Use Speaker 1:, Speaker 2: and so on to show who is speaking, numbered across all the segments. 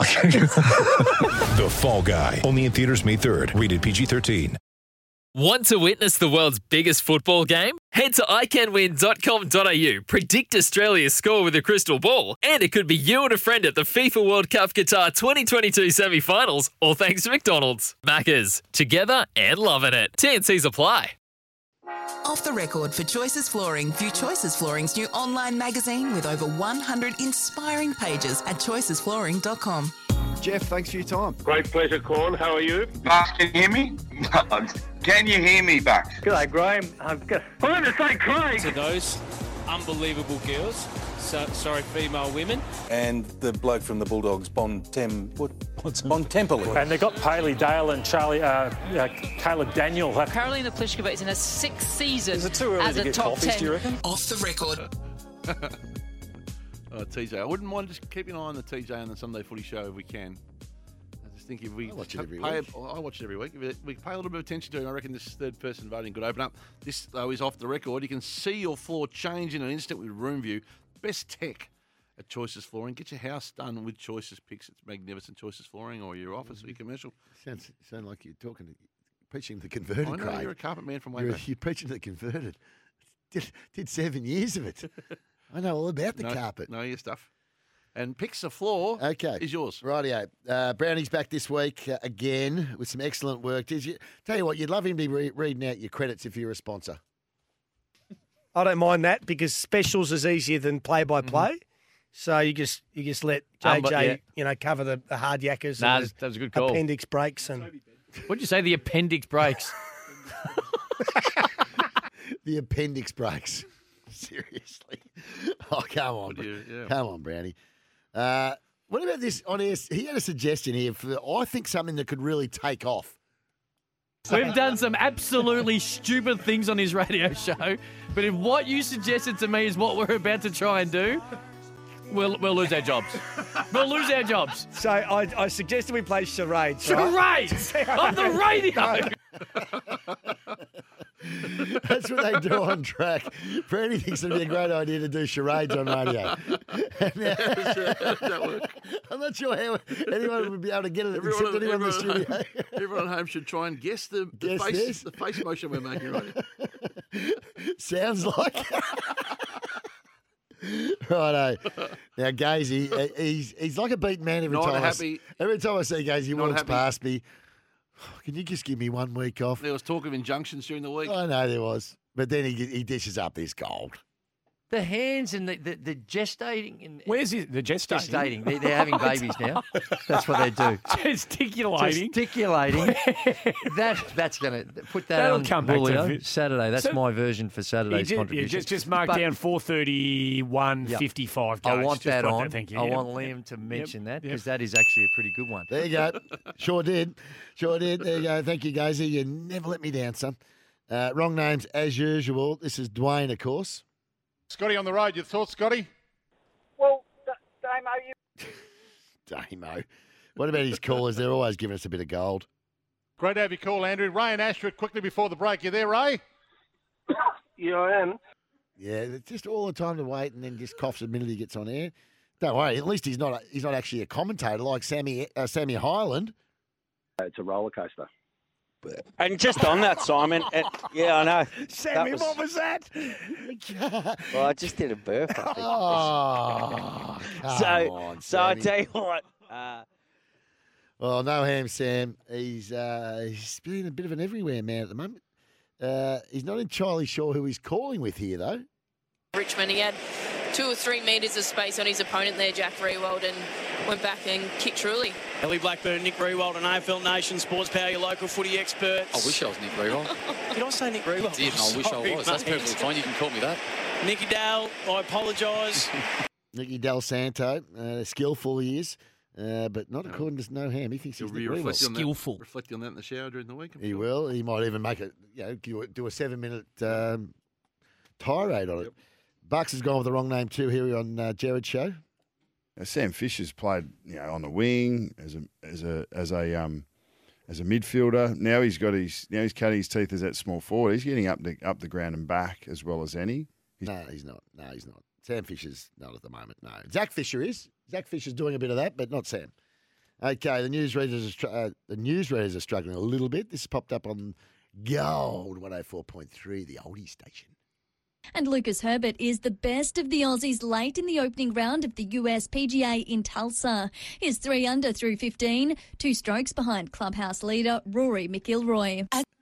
Speaker 1: The Fall Guy. Only in theaters May 3rd. Rated PG-13.
Speaker 2: Want to witness the world's biggest football game? Head to iCanWin.com.au, predict Australia's score with a crystal ball, and it could be you and a friend at the FIFA World Cup Qatar 2022 semi finals, all thanks to McDonald's. Maccas, together and loving it. TNC's apply.
Speaker 3: Off the record for Choices Flooring, view Choices Flooring's new online magazine with over 100 inspiring pages at choicesflooring.com.
Speaker 4: Jeff, thanks for your time.
Speaker 5: Great pleasure, Corn. How are you?
Speaker 6: Buck, can you hear me? can you hear me, Buck?
Speaker 5: G'day, Graham. I'm good. I wanted to say Craig.
Speaker 7: Those unbelievable girls. So, sorry, female women.
Speaker 8: and the bloke from the Bulldogs, Bon Tem, what, what's Bon Temple?
Speaker 5: And they got Paley Dale and Charlie, uh, uh, Caleb Daniel.
Speaker 9: Carolina Pliskova is in her sixth season
Speaker 8: Is it too early
Speaker 9: as
Speaker 8: to
Speaker 9: a
Speaker 8: get
Speaker 9: top
Speaker 8: coffees,
Speaker 9: ten.
Speaker 8: do you reckon?
Speaker 3: Off the record.
Speaker 10: Oh, TJ, I wouldn't mind just keeping an eye on the TJ on the Sunday Footy Show if we can. I just think if we
Speaker 4: I watch it every
Speaker 10: pay,
Speaker 4: week.
Speaker 10: I watch it every week. If we pay a little bit of attention to him, I reckon this third person voting could open up. This though is off the record. You can see your floor change in an instant with Room View. Best tech at Choices Flooring. Get your house done with Choices Picks. It's magnificent. Choices Flooring or your office or your commercial.
Speaker 4: Mm-hmm. Sounds sound like you're talking, preaching the
Speaker 10: I
Speaker 4: converted,
Speaker 10: know
Speaker 4: Craig.
Speaker 10: you're a carpet man from way
Speaker 4: You're,
Speaker 10: back.
Speaker 4: you're preaching the converted. Did, did seven years of it. I know all about the
Speaker 10: No-
Speaker 4: carpet.
Speaker 10: Know your stuff. And Picks the Floor
Speaker 4: Okay,
Speaker 10: is yours.
Speaker 4: Rightio. Uh, Brownie's back this week uh, again with some excellent work. Did you tell you what? You'd love him to be re- reading out your credits if you're a sponsor.
Speaker 11: I don't mind that because specials is easier than play by play. So you just you just let JJ
Speaker 7: Mm-hmm. Um, but yeah.
Speaker 11: you know cover the, the hard yakkers
Speaker 7: Nah,
Speaker 11: and the
Speaker 7: that was a good call.
Speaker 11: appendix breaks and
Speaker 7: What'd you say? The appendix breaks.
Speaker 4: The appendix breaks. Seriously. Oh, come on.
Speaker 10: Would you?
Speaker 4: Bra-
Speaker 10: Yeah.
Speaker 4: Come on, Brownie. Uh, what about this on air? He had a suggestion here for, I think, something that could really take off.
Speaker 7: We've done some absolutely stupid things on his radio show, but if what you suggested to me is what we're about to try and do, we'll, we'll lose our jobs. We'll lose our jobs.
Speaker 11: so I, I suggested we play charades. right?
Speaker 7: Charades on the radio.
Speaker 4: That's what they do on track. Brownie thinks it'd be a great idea to do charades on radio.
Speaker 10: that work?
Speaker 4: I'm not sure how anyone would be able to get it except
Speaker 10: at-
Speaker 4: anyone in the
Speaker 10: everyone at
Speaker 4: studio.
Speaker 10: home- everyone at home should try and guess the, the
Speaker 4: Guess
Speaker 10: face
Speaker 4: this?
Speaker 10: the face motion we're making right now.
Speaker 4: Sounds like. Righto. Now, Gazy, uh, he's, he's like a beaten man every
Speaker 10: Not
Speaker 4: time. I s-
Speaker 10: happy.
Speaker 4: every time I see Gazy, he
Speaker 10: Not
Speaker 4: walks
Speaker 10: happy.
Speaker 4: past me. Can you just give me one week off?
Speaker 10: There was talk of injunctions during the week.
Speaker 4: I know there was. But then he, he dishes up this gold.
Speaker 12: The hands and the, the, the gestating. And
Speaker 7: Where's his, the gestating? Oh,
Speaker 12: Gestating. They're, they're having babies now. That's what they do.
Speaker 7: Gesticulating.
Speaker 12: Gesticulating. that that's gonna put that
Speaker 7: That'll
Speaker 12: on
Speaker 7: come back to
Speaker 12: Woolio
Speaker 7: vi-
Speaker 12: Saturday. That's
Speaker 7: So-
Speaker 12: my version for Saturday's contribution. But
Speaker 7: 431,
Speaker 12: Yeah.
Speaker 7: 55.
Speaker 12: I want that on. I want Liam to mention that because that is actually a pretty good one.
Speaker 4: There you go. Sure did. Sure did. There you go. Thank you, Gazy. You never let me down, son. Uh, wrong names as usual. This is Dwayne, of course.
Speaker 5: Scotty on the road. Your thoughts, Scotty?
Speaker 9: Well, Damo, you
Speaker 4: Damo. What about his callers? They're always giving us a bit of gold.
Speaker 5: Great to have you call, Andrew. Ray and Ashford quickly before the break. You there, Ray?
Speaker 6: Yeah, I am.
Speaker 4: Yeah, it's just all the time to wait, and then just coughs the minute he gets on air. Don't worry. At least he's not. he's not actually a commentator like Sammy uh, Sammy Highland.
Speaker 6: It's a roller coaster.
Speaker 8: And just on that, Simon, and, yeah, I know.
Speaker 11: Sammy,
Speaker 8: was-
Speaker 11: what was that?
Speaker 8: Well, I just did a burp. I think.
Speaker 4: Oh, come
Speaker 8: so,
Speaker 4: on,
Speaker 8: so I
Speaker 4: Sammy.
Speaker 8: tell you what, uh,
Speaker 4: Well, no ham, Sam. He's uh, he's been a bit of an everywhere man at the moment. Uh, he's not entirely sure who he's calling with here, though.
Speaker 9: Richmond. He had two or three metres of space on his opponent there, Jack Rewald, and went back and kicked truly.
Speaker 7: Ellie Blackburn, Nick Rewald, and AFL Nation Sports Power, your local footy experts.
Speaker 5: I wish I was Nick Rewell.
Speaker 7: Did I say Nick Rewald?
Speaker 5: Did and I wish I was. That's perfectly fine. You can call me that.
Speaker 7: Nicky Dale, I apologise.
Speaker 4: Nicky Del Santo, uh, skillful he is.
Speaker 10: Uh, but not according to No Ham. He thinks
Speaker 13: You'll
Speaker 10: he's
Speaker 13: be
Speaker 10: Nick Reeves.
Speaker 13: reflecting on, that, reflecting on that in the shower during the week.
Speaker 10: He will. He might even make it. You know, do a, do a seven-minute um, tirade on it. Bucks has gone with the wrong name too. Here we are on uh, Jared's show.
Speaker 14: Now, Sam Fisher's played, you know, on the wing as a as a as a um as a midfielder. Now he's got his now he's cutting his teeth as that small forward. He's getting up the up the ground and back as well as any.
Speaker 10: no, he's not. No, he's not. Sam Fisher's not at the moment. No, Zach Fisher is. Zach Fisher's doing a bit of that, but not Sam. Okay, the newsreaders are str- uh, the newsreaders are struggling a little bit. This popped up on Gold one hundred four point three, the oldie station.
Speaker 15: And Lucas Herbert is the best of the Aussies late in the opening round of the US PGA in Tulsa. He's three under through 15, two strokes behind clubhouse leader Rory McIlroy.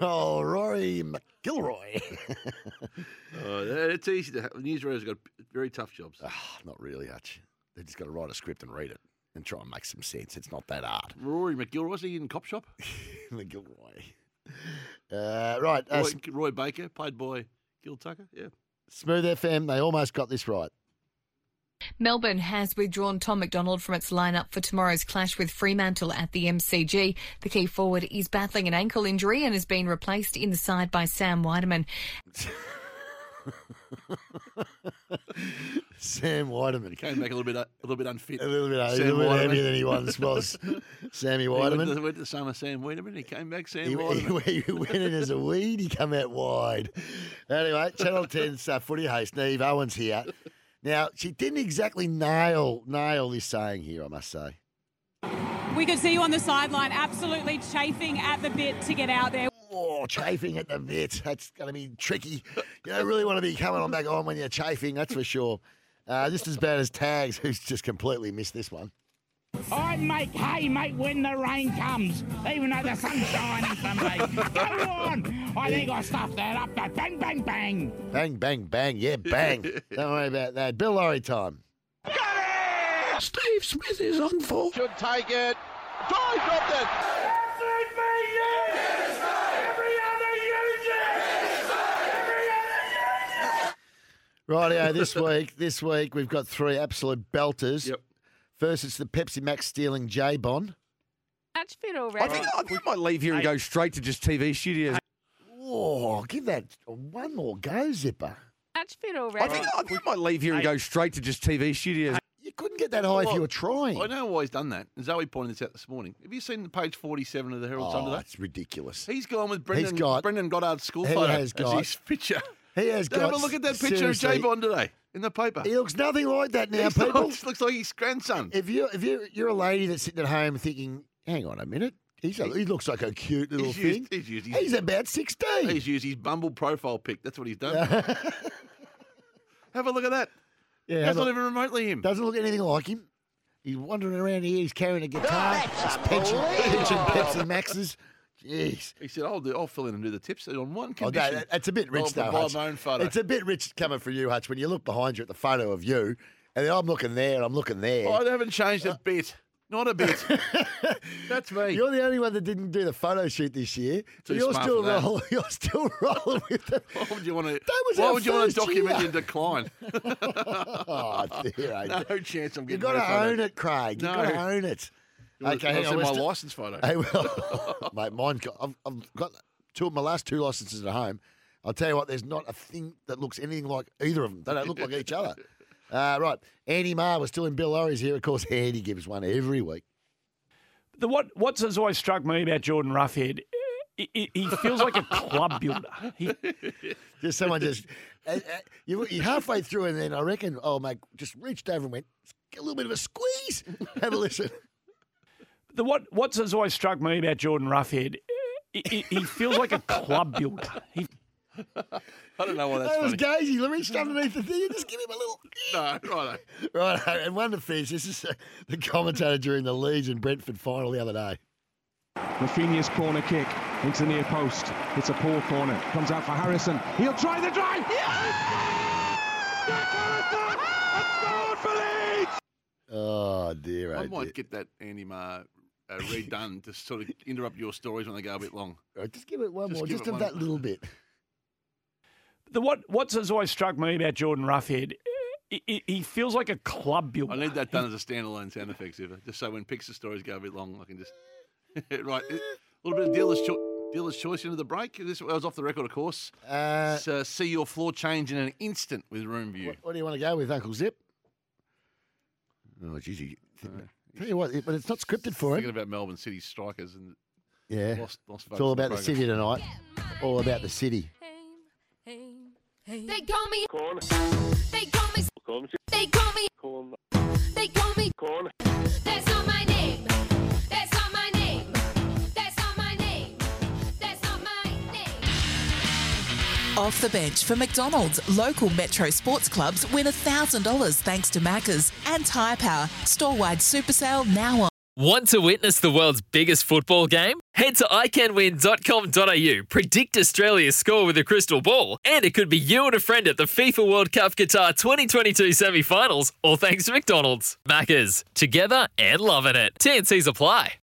Speaker 10: Oh, Rory McIlroy.
Speaker 13: Oh, yeah, it's easy to have. Newsreaders have got very tough jobs.
Speaker 10: Ah, not really, Hutch. They just got to write a script and read it and try and make some sense. It's not that hard.
Speaker 13: Rory McGilroy, was he in Cop Shop?
Speaker 10: McGilroy. Uh, right, uh,
Speaker 13: Roy,
Speaker 10: Sm-
Speaker 13: Roy Baker, played by Gil Tucker. Yeah.
Speaker 10: Smooth FM. They almost got this right.
Speaker 16: Melbourne has withdrawn Tom McDonald from its lineup for tomorrow's clash with Fremantle at the MCG. The key forward is battling an ankle injury and has been replaced in the side by Sam Weideman.
Speaker 10: Sam Weideman
Speaker 13: came back a little bit, a little bit unfit.
Speaker 10: A little bit, a
Speaker 13: Sam
Speaker 10: little bit heavier
Speaker 13: Weideman.
Speaker 10: than he once was. Sammy
Speaker 13: He went to,
Speaker 10: Weideman.
Speaker 13: went to the summer Sam Weideman. He came back Sam
Speaker 10: He,
Speaker 13: Weideman.
Speaker 10: he, he went in as a weed. He come out wide. Anyway, Channel 10's uh, footy host Neve Owens here. Now she didn't exactly nail nail this saying here. I must say.
Speaker 17: We could see you on the sideline, absolutely chafing at the bit to get out there.
Speaker 10: Oh, chafing at the bit. That's going to be tricky. You don't really want to be coming on back on when you're chafing, that's for sure. Uh, just as bad as Tags, who's just completely missed this one.
Speaker 18: I make hay, mate, when the rain comes, even though the sun's shining for me. Go on! I think I stuffed that up, but bang, bang, bang.
Speaker 10: Bang, bang, bang. Yeah, bang. Don't worry about that. Bill Laurie time.
Speaker 18: Steve Smith is on for. Should take it. Drive, dropped it.
Speaker 10: Rightio, this week, this week we've got three absolute belters. Yep. First, it's the Pepsi Max stealing J Bon.
Speaker 19: Match fit already.
Speaker 20: I think I think I might leave here and go straight to just TV studios.
Speaker 10: Oh, give that one more go, Zipper.
Speaker 19: Match fit already.
Speaker 20: I think I think I might leave here and go straight to just TV studios.
Speaker 10: You couldn't get that high if you were
Speaker 13: I
Speaker 10: trying.
Speaker 13: know why he's done that. and Zoe pointed this out this morning. Have you seen the page 47 of the Herald
Speaker 10: Oh,
Speaker 13: Sun today?
Speaker 10: that's ridiculous.
Speaker 13: He's gone with Brendan,
Speaker 10: got-
Speaker 13: Brendan Goddard's school
Speaker 10: He
Speaker 13: photo
Speaker 10: has got-
Speaker 13: as his picture.
Speaker 10: He has
Speaker 13: Now
Speaker 10: got.
Speaker 13: Have a look at that picture of
Speaker 10: seriously-
Speaker 13: J Bond today in the paper.
Speaker 10: He looks nothing like that now,
Speaker 13: He's not-
Speaker 10: people.
Speaker 13: just looks like his grandson.
Speaker 10: If you if you you're a lady that's sitting at home thinking, hang on a minute, he's a, he looks like a cute little
Speaker 13: He's used,
Speaker 10: thing.
Speaker 13: he's, used his,
Speaker 10: He's about sixteen.
Speaker 13: he's used his Bumble profile pic. That's what he's done. have a look at that.
Speaker 10: Yeah,
Speaker 13: That's
Speaker 10: have a-
Speaker 13: not even remotely him.
Speaker 10: Doesn't look anything like him. He's wandering around here. He's carrying a guitar. He's pinching,
Speaker 13: unbelievable.
Speaker 10: pinching Pepsi Maxes. Jeez.
Speaker 13: He said, "I'll do. I'll fill in and do the tips on one
Speaker 10: Oh,
Speaker 13: condition."
Speaker 10: that, that- that's a bit rich,
Speaker 13: I'll
Speaker 10: though.
Speaker 13: provide
Speaker 10: Hutch.
Speaker 13: my own photo.
Speaker 10: It's a bit rich coming from you, Hutch. When you look behind you at the photo of you, and then I'm looking there and I'm looking there.
Speaker 13: I haven't changed a bit. Not a bit. That's me.
Speaker 10: You're the only one that didn't do the photo shoot this year.
Speaker 13: Too
Speaker 10: you're
Speaker 13: smart
Speaker 10: still
Speaker 13: for that.
Speaker 10: rolling. You're still rolling with the
Speaker 13: Why would you want to?
Speaker 10: was
Speaker 13: Why
Speaker 10: our
Speaker 13: would you want to
Speaker 10: first
Speaker 13: document
Speaker 10: year.
Speaker 13: your decline?
Speaker 10: Oh, dear, eh?
Speaker 13: no chance. I'm getting.
Speaker 10: you got
Speaker 13: my
Speaker 10: to
Speaker 13: photo.
Speaker 10: own it, Craig. you
Speaker 13: No.
Speaker 10: got to own it.
Speaker 13: It was- it was in
Speaker 10: we're
Speaker 13: my
Speaker 10: still-
Speaker 13: licence photo.
Speaker 10: Hey, well, mate, mine. Got, I've, I've got two of my last two licences at home. I'll tell you what. There's not a thing that looks anything like either of them. They don't look like each other. Uh, right, Andy Marr was still in Bill Lurie's here. Of course, Andy gives one every week.
Speaker 12: The what what's has always struck me about Jordan Roughhead, he, he- he feels like a club builder. He,
Speaker 10: Just someone just uh, uh, you, you're halfway through, and then I reckon, oh mate, just reached over and went "Get a little bit of a squeeze. Have a listen.
Speaker 12: the what what's has always struck me about Jordan Roughhead, he, he- he feels like a club builder. He,
Speaker 13: I don't know why Oh, that's
Speaker 10: That was
Speaker 13: funny.
Speaker 10: Gazy. He reached underneath the thing and just give him a little.
Speaker 13: No, right.
Speaker 10: Right, and one to finish. This is uh, the commentator during the Leeds and Brentford final the other day.
Speaker 21: Rafinha's corner kick into near post. It's a poor corner. Comes out for Harrison. He'll try the drive.
Speaker 10: Oh dear,
Speaker 13: I
Speaker 10: oh,
Speaker 13: might
Speaker 10: dear.
Speaker 13: get that Andy Marr uh, redone to sort of interrupt your stories when they go a bit long.
Speaker 10: Right, just give it one more,
Speaker 13: give it
Speaker 10: just of
Speaker 13: one-
Speaker 10: that little bit.
Speaker 12: the what what's has always struck me about Jordan Roughhead, he, he feels like a club builder.
Speaker 13: I need that done as a standalone sound effects, ever, just so when Pixar stories go a bit long, I can just right a little bit of dealer's choice. Dealer's choice into the break. This was off the record, of course.
Speaker 10: Uh,
Speaker 13: so see your floor change in an instant with room view.
Speaker 10: What do you want to go with, Uncle Zip?
Speaker 13: Oh, geez, he,
Speaker 10: Tell you what, it- but it's not scripted for
Speaker 13: thinking
Speaker 10: him.
Speaker 13: about Melbourne City strikers and
Speaker 10: Yeah.
Speaker 13: lost, lost
Speaker 10: It's all
Speaker 13: focus on
Speaker 10: about the
Speaker 13: program.
Speaker 10: city tonight. All about the city.
Speaker 22: They call me corn. They call me corn. They call me corn. They call me corn. That's not my name. That's not my name. That's not my name. That's not my name.
Speaker 3: Off the bench for McDonald's, local Metro sports clubs win $1,000 thanks to Maccas and Tyre Power. Store wide super sale now on.
Speaker 2: Want to witness the world's biggest football game? Head to iCanWin.com.au, predict Australia's score with a crystal ball, and it could be you and a friend at the FIFA World Cup Qatar 2022 semi finals, all thanks to McDonald's. Maccas, together and loving it. TNCs apply.